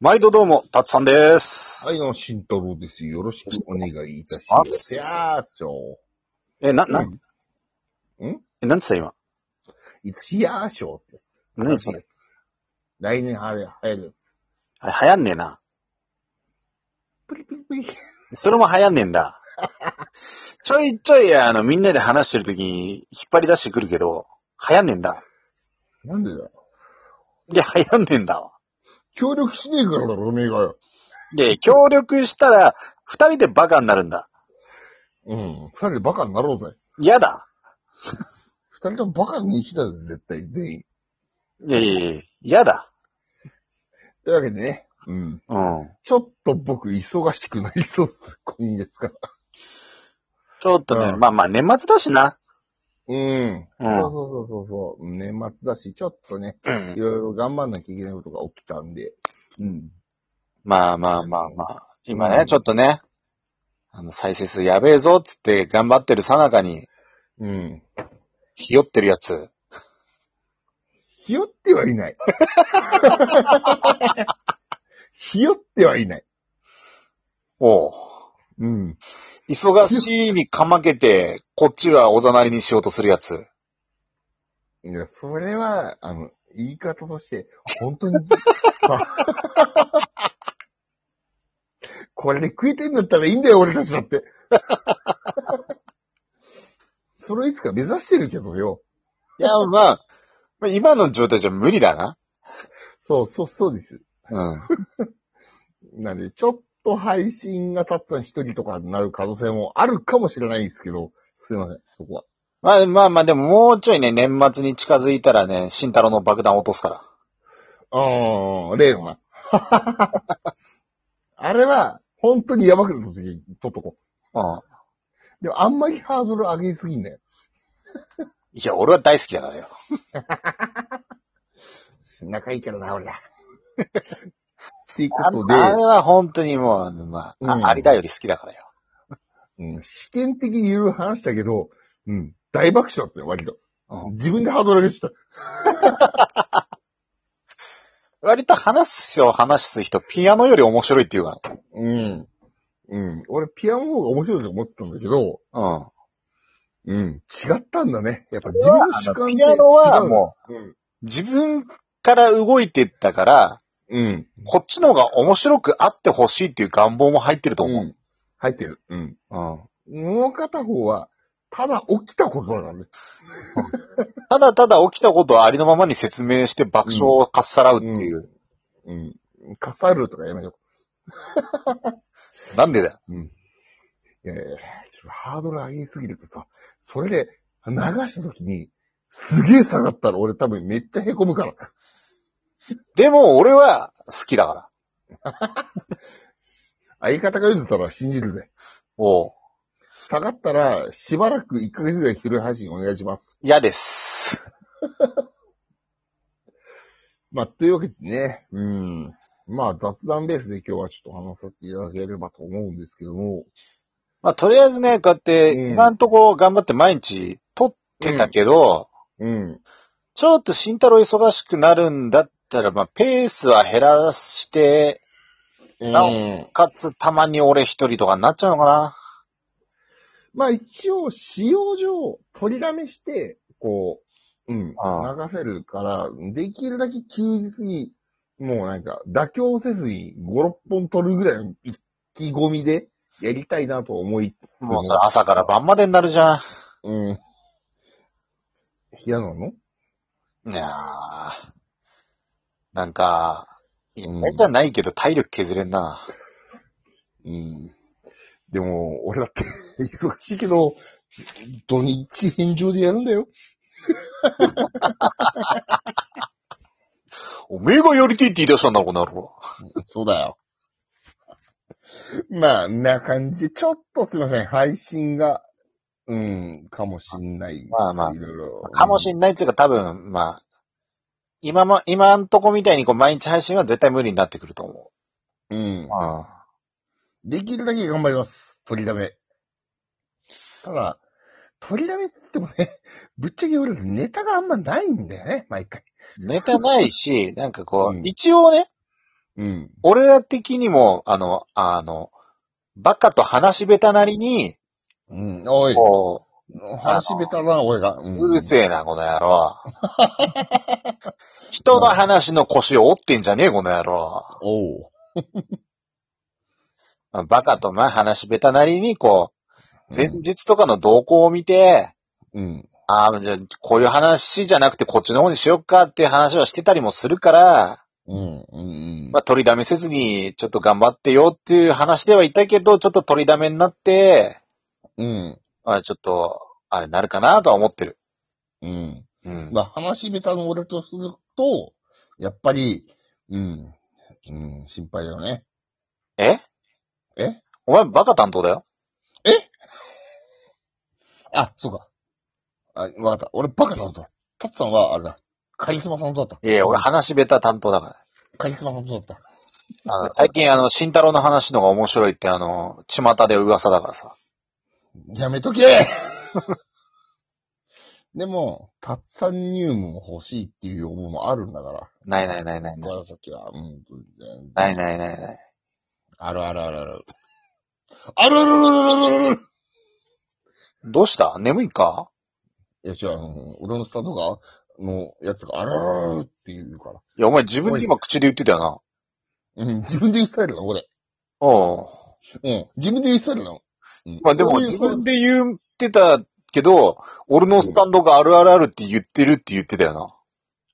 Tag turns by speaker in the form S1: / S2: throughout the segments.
S1: 毎度どうも、たつさんです。
S2: はい、どうも、慎太郎です。よろしくお願いいたし
S1: あっ
S2: ま
S1: す
S2: す。やーちょ
S1: え、な、な、
S2: うんん
S1: え、なんつった今。
S2: いつやーしょって。
S1: 何それ。
S2: 来年はや、流行る。
S1: あ流行んねえな。
S2: プリプリプリ。
S1: それも流行んねえん だ。ちょいちょい、あの、みんなで話してる時に引っ張り出してくるけど、流行んねえんだ。
S2: なんでだよ。
S1: いや、流行んねえんだわ。
S2: 協力しねえからだろ、おめえがよ。
S1: で、協力したら、二人でバカになるんだ。
S2: うん。二人でバカになろうぜ。
S1: 嫌だ。
S2: 二人ともバカにしだぜ、絶対、全員。
S1: いやいやいや、嫌だ。
S2: というわけでね。うん。
S1: うん。
S2: ちょっと僕、忙しくなりそうっす。今月から。
S1: ちょっとね、
S2: うん
S1: まあまあ、年末だしな。
S2: うん。
S1: う
S2: そ
S1: ん
S2: う。そうそうそうそう。年末だし、ちょっとね、
S1: うん
S2: いろいろ頑張んなきゃいけないことが起きたんで。うん。
S1: まあまあまあまあ。今ね、
S2: うん
S1: ちょっとね、あの、再生数やべえぞっつって頑張ってるさなかに、
S2: うん。
S1: ひよってるやつ。
S2: ひよってはいない。ひよってはいない。
S1: おう。
S2: うん。
S1: 忙しいにかまけて、こっちはおざなりにしようとするやつ。
S2: いや、それは、あの、言い方として、本当に、これで食えてんだったらいいんだよ、俺たちだって。それいつか目指してるけどよ。
S1: いや、まあ、まあ今の状態じゃ無理だな。
S2: そう、そう、そうです。
S1: うん。
S2: なんで、ちょっと配信が立つのは一人とかになる可能性もあるかもしれないですけど、すいません、そこは。
S1: まあまあまあ、でももうちょいね、年末に近づいたらね、慎太郎の爆弾落とすから。
S2: ああ、例のな。 あれは、本当にやばくなった時、撮っとこ
S1: うん。
S2: う。でも、あんまりハードル上げすぎんだよ。
S1: いや、俺は大好きだからよ。
S2: 仲いいからな、俺ら。っていう
S1: あ
S2: ことで、
S1: あれは本当にもう、あのまあ、あ
S2: うん
S1: ありだより好きだからよ。
S2: うん、試験的にいろいろ話したけど、うん、大爆笑だったよ、割と。
S1: うん
S2: 自分でハードル上げてた。
S1: 割と話す人、話す人、ピアノより面白いっていうか。
S2: うん。うん。俺、ピアノの方が面白いと思ってたんだけど、
S1: うん。
S2: うん。違ったんだね。やっぱ
S1: それ
S2: 自分の
S1: は
S2: 主観
S1: ピアノはも
S2: う。うん。
S1: う、自分から動いていったから、
S2: うん。
S1: こっちの方が面白くあってほしいっていう願望も入ってると思
S2: う
S1: う。
S2: ん。入ってる。うん。
S1: うん。
S2: もう片方は、ただ起きたことだからね。
S1: ただただ起きたことをありのままに説明して爆笑をかっさらうっていう。
S2: うん。かさるとかやめよ
S1: なんでだよ。
S2: う。いやいやいやちょっとハードル上げすぎるとさ、それで流した時に、すげえ下がったら俺多分めっちゃ凹むから。
S1: でも俺は好きだから。
S2: 相方が言うんだったら信じるぜ。
S1: おう。
S2: 下がったら、しばらく1ヶ月ぐらい昼配信お願いします。
S1: 嫌です。
S2: まあ、というわけでね、うん。まあ、雑談ベースで今日はちょっと話させていただければと思うんですけども。
S1: まあとりあえずね、こうやって
S2: うん
S1: 今んとこ頑張って毎日撮ってたけど、
S2: うん。
S1: ちょっと慎太郎忙しくなるんだったら、まあペースは減らして、なお
S2: うん
S1: かつたまに俺一人とかになっちゃうのかな。
S2: まあ一応、使用上、取りだめして、こう、うん、
S1: あ
S2: 流せるから、できるだけ休日に、もうなんか、妥協せずに5、6本取るぐらいの意気込みで、やりたいなと思い、
S1: もうそれ朝から晩までになるじゃん。
S2: うん。嫌なの
S1: いやーなんか、いや
S2: うん
S1: じゃないけど体力削れんな。
S2: うん。でも、俺だって、 忙しいけど、土日返上でやるんだよ。
S1: おめえがやりてえって言い出したんだろ、この野郎。
S2: そうだよ。まあ、んな感じで、ちょっとすいません、配信が、うん、かもしんない。
S1: まあまあ
S2: いろいろ。
S1: かもしんないっていうか多分、まあ、今も、今んとこみたいにこう毎日配信は絶対無理になってくると思
S2: うん
S1: う。。うん。
S2: できるだけ頑張ります。取りだめ。ただ、取りだめって言ってもね、 ぶっちゃけ俺、ネタがあんまないんだよね、毎回。
S1: ネタないし、なんかこう、
S2: うん
S1: 一応ね、
S2: うん。
S1: 俺ら的にも、あの、あの、バカと話し下手なりに、
S2: うん。おい、
S1: こ
S2: 話べたな、俺が。う
S1: う、
S2: ん。
S1: うるせえな、この野 郎。人の話の腰を折ってんじゃねえ、この野郎。
S2: おう。
S1: バカとまあ話し下手なりに、こう、前日とかの動向を見て、
S2: うん。
S1: ああ、じゃあ、こういう話じゃなくてこっちの方にしよっかっていう話はしてたりもするから、
S2: うん。うん。
S1: まあ取りだめせずに、ちょっと頑張ってよっていう話ではいたけど、ちょっと取りだめになって、
S2: うん。
S1: あちょっと、あれなるかなとは思ってる。
S2: うん。
S1: うん。
S2: まあ、話し下手の俺とすると、やっぱり、うん、うん、心配だよね。
S1: え
S2: え
S1: お前バカ担当だよ。
S2: あ、そうか。あ、わかった。俺バカだった。タツさんは、あれだ。カリスマさんとだった。
S1: いやいや、俺話し下手担当だか
S2: カリスマさんとだった。
S1: ら。あの、最近あの、慎太郎の話のが面白いってあの、巷で噂だからさ。
S2: やめとけでも、タツさん入門欲しいっていう思いもあるんだから。
S1: ないないないないない。
S2: 紫は、うん、全然。
S1: ないないないない。
S2: あるあるあるある。あるあるあるあるあるある
S1: どうした眠いか
S2: いや、違う、あの俺のスタンドが、のやつが、あららららって言うから。
S1: いや、お前自分で今口で言ってたよな。
S2: うん、自分で言い伝えるの、俺。
S1: おう
S2: うん、自分で言い伝えるの。うん
S1: まあでも自分で言ってたけど、俺のスタンドがあるあるあるって言ってるって言ってたよな。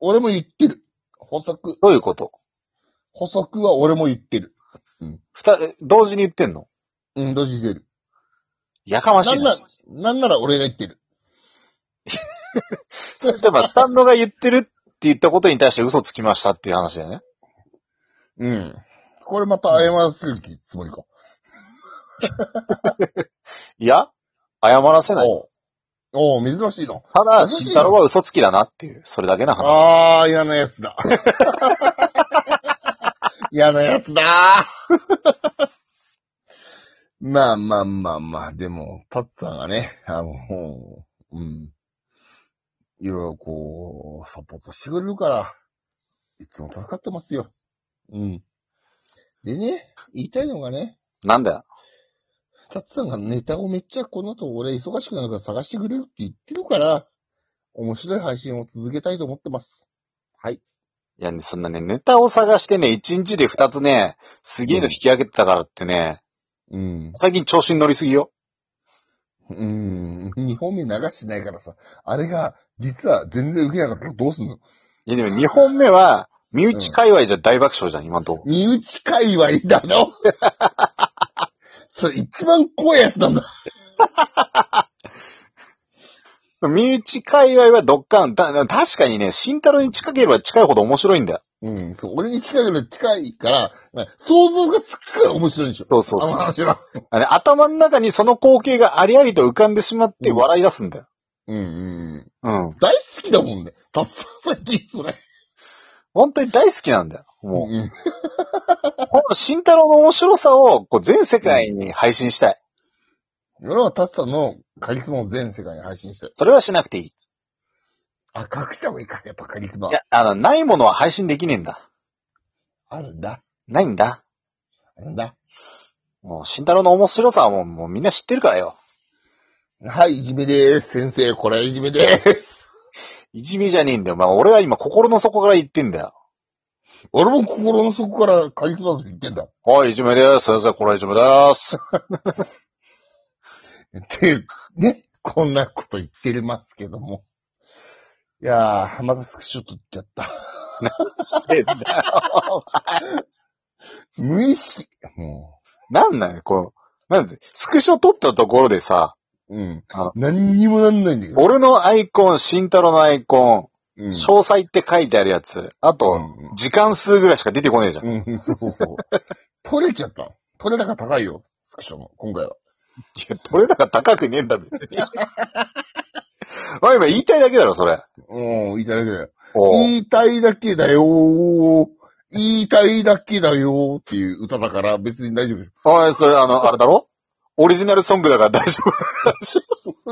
S2: 俺も言ってる。補足、
S1: どういうこと
S2: 補足は俺も言ってる。
S1: ふた、同時に言ってんの
S2: うん、同時に言ってる。
S1: やかまし
S2: ないん
S1: な。
S2: な、なんなら俺が言ってる。
S1: そ れじゃあまあスタンドが言ってるって言ったことに対して嘘つきましたっていう話だよね。
S2: うん。これまた謝らせるつもりか。
S1: いや、謝らせない。
S2: おうおう珍しいの。
S1: ただ、
S2: 珍しい
S1: 慎太郎は嘘つきだなっていう、それだけの話。
S2: あー、嫌なやつだ。 嫌なやつだ ー。まあまあまあまあ、でも、タツさんがね、あの、うん。いろいろこう、サポートしてくれるから、いつも助かってますよ。うん。でね、言いたいのがね、
S1: なんだよ。
S2: タツさんがネタをめっちゃこの後俺忙しくなるから探してくれるって言ってるから、面白い配信を続けたいと思ってます。はい。
S1: いや、そんなね、ネタを探してね、一日で二つね、すげえの引き上げてたからってね、
S2: うん。
S1: 最近調子に乗りすぎよ。
S2: うん。2本目流してないからさ、あれが、実は全然受けなかったらどうすんの
S1: いや、でも二本目は、身内界隈じゃ大爆笑じゃん、今んとこ。
S2: 身内界隈だろそれ一番怖いやつなんだ。
S1: 身内界隈はドッカン。だだ確かにね、慎太郎に近ければ近いほど面白いんだよ。
S2: うん。そう、俺に近いより近いから、な想像がつくから面白いんでしょ。
S1: そうそう
S2: あの
S1: そう。
S2: 話は。
S1: あれ頭の中にその光景がありありと浮かんでしまって
S2: うん
S1: 笑い出すんだよ。
S2: うんうん。
S1: うん。
S2: 大好きだもんね。たっさん最近それ。
S1: 本当に大好きなんだよ。もう、
S2: うん。
S1: この慎太郎の面白さを、こう、全世界に配信したい。
S2: 俺はタッさんのカリスマを全世界に配信してる。
S1: それはしなくていい。い
S2: あ、隠した方がいいか。やっぱカリスマ。
S1: や、あの、ないものは配信できねえんだ。
S2: あるんだ。
S1: ないんだ。
S2: あるんだ。
S1: もう、慎太郎の面白さはもう、もうみんな知ってるからよ。
S2: はい、いじめでーす。先生、これはいじめでーす。
S1: いじめじゃねえんだよ。まあ、俺は今心の底から言ってんだよ。
S2: 俺も心の底からカリスマと言ってんだ。
S1: はい、いじめです。先生、これはいじめです。
S2: って、ね、こんなこと言ってますけども。いやー、またスクショ撮っちゃった。
S1: してんだよ
S2: 無意識。も
S1: なんなんよこう、なんで、スクショ撮ったところでさ、
S2: う、うん
S1: あ。
S2: 何にもなんないんだけど。
S1: 俺のアイコン、慎太郎のアイコ
S2: う
S1: ン、
S2: ん
S1: 詳細って書いてあるやつ、あ
S2: う
S1: と、
S2: ん
S1: 時間数ぐらいしか出てこねえじゃん。い
S2: うん、そうそう。 取れちゃった。取れ高高いよ。スクショも、今回は。
S1: や、取れ高高くねえんだ、別に。おい、今言いたいだけだろ、それ。
S2: うん、いただけだよ。
S1: おう
S2: 言いたいだけだよー。言いたいだけだよーっていう歌だから別に大丈夫。
S1: おい、それ、あの、あれだろオリジナルソングだから大丈夫。
S2: そ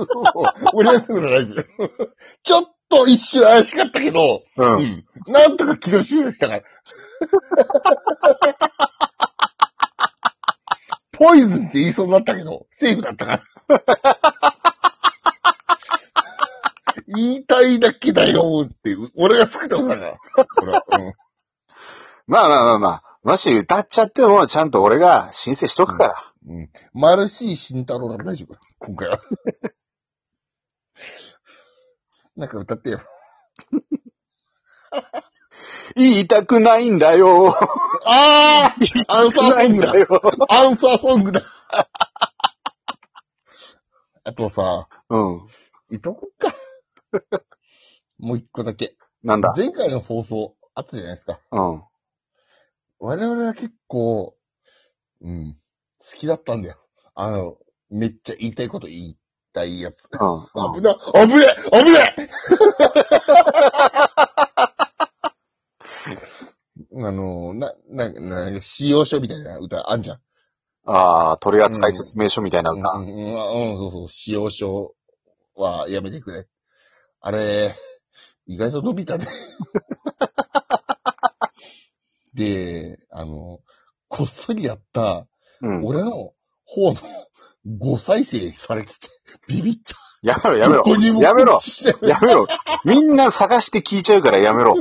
S2: うそうそう。俺はすぐの大丈夫。 ちょっと一瞬怪しかったけど、
S1: う。
S2: うんん。なんとか気の修正したから。ポイズンって言いそうになったけど、セーフだったから。言いたいだけだよっていう、俺が作ったことだから。これはうん
S1: まあまあまあまあ、もし歌っちゃっても、ちゃんと俺が申請しとくから。
S2: うん。マルシー慎太郎なら大丈夫。今回は。 なんか歌ってよ。
S1: 言いたくないんだよ。
S2: ああアンサー
S1: な
S2: ソ
S1: い
S2: ン
S1: ん
S2: グだ
S1: だよ。
S2: アンサーソングだ あとさ、
S1: うん。
S2: いとこか。もう一個だけ。
S1: なんだ。
S2: 前回の放送あったじゃないですか。
S1: うん。
S2: 我々は結構、うん、好きだったんだよ。あの、めっちゃ言いたいこと言いたいや
S1: う
S2: つ。
S1: ん。う
S2: 危
S1: ん。
S2: な、危ねえ危 ねえあの、な、な、な、使用書みたいな歌あんじゃん。
S1: ああ、取扱説明書みたいな歌。
S2: うん、うん、うんそうそう、使用書はやめてくれ。あれ、意外と伸び たね。で、あの、こっそりやった、
S1: うん。
S2: 俺の方の5再生されてて、ビビった。
S1: やめろ、やめろ
S2: どこに。も
S1: やめろ。
S2: してない
S1: やめ ろ。みんな探して聞いちゃうからやめろ。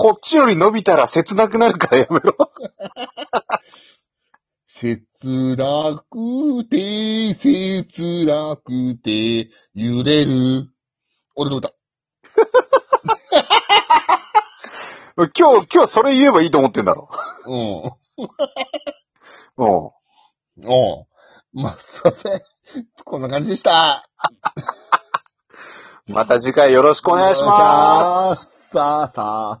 S1: こっちより伸びたら切なくなるからやめろ。
S2: 切なくて、切なくて、揺れる。俺の歌。
S1: 今日、今日それ言えばいいと思ってんだろ。う
S2: うん。
S1: ん。
S2: おう。まあ、すいません。こんな感じでした。
S1: また次回よろしくお願いします。
S2: さあさあ。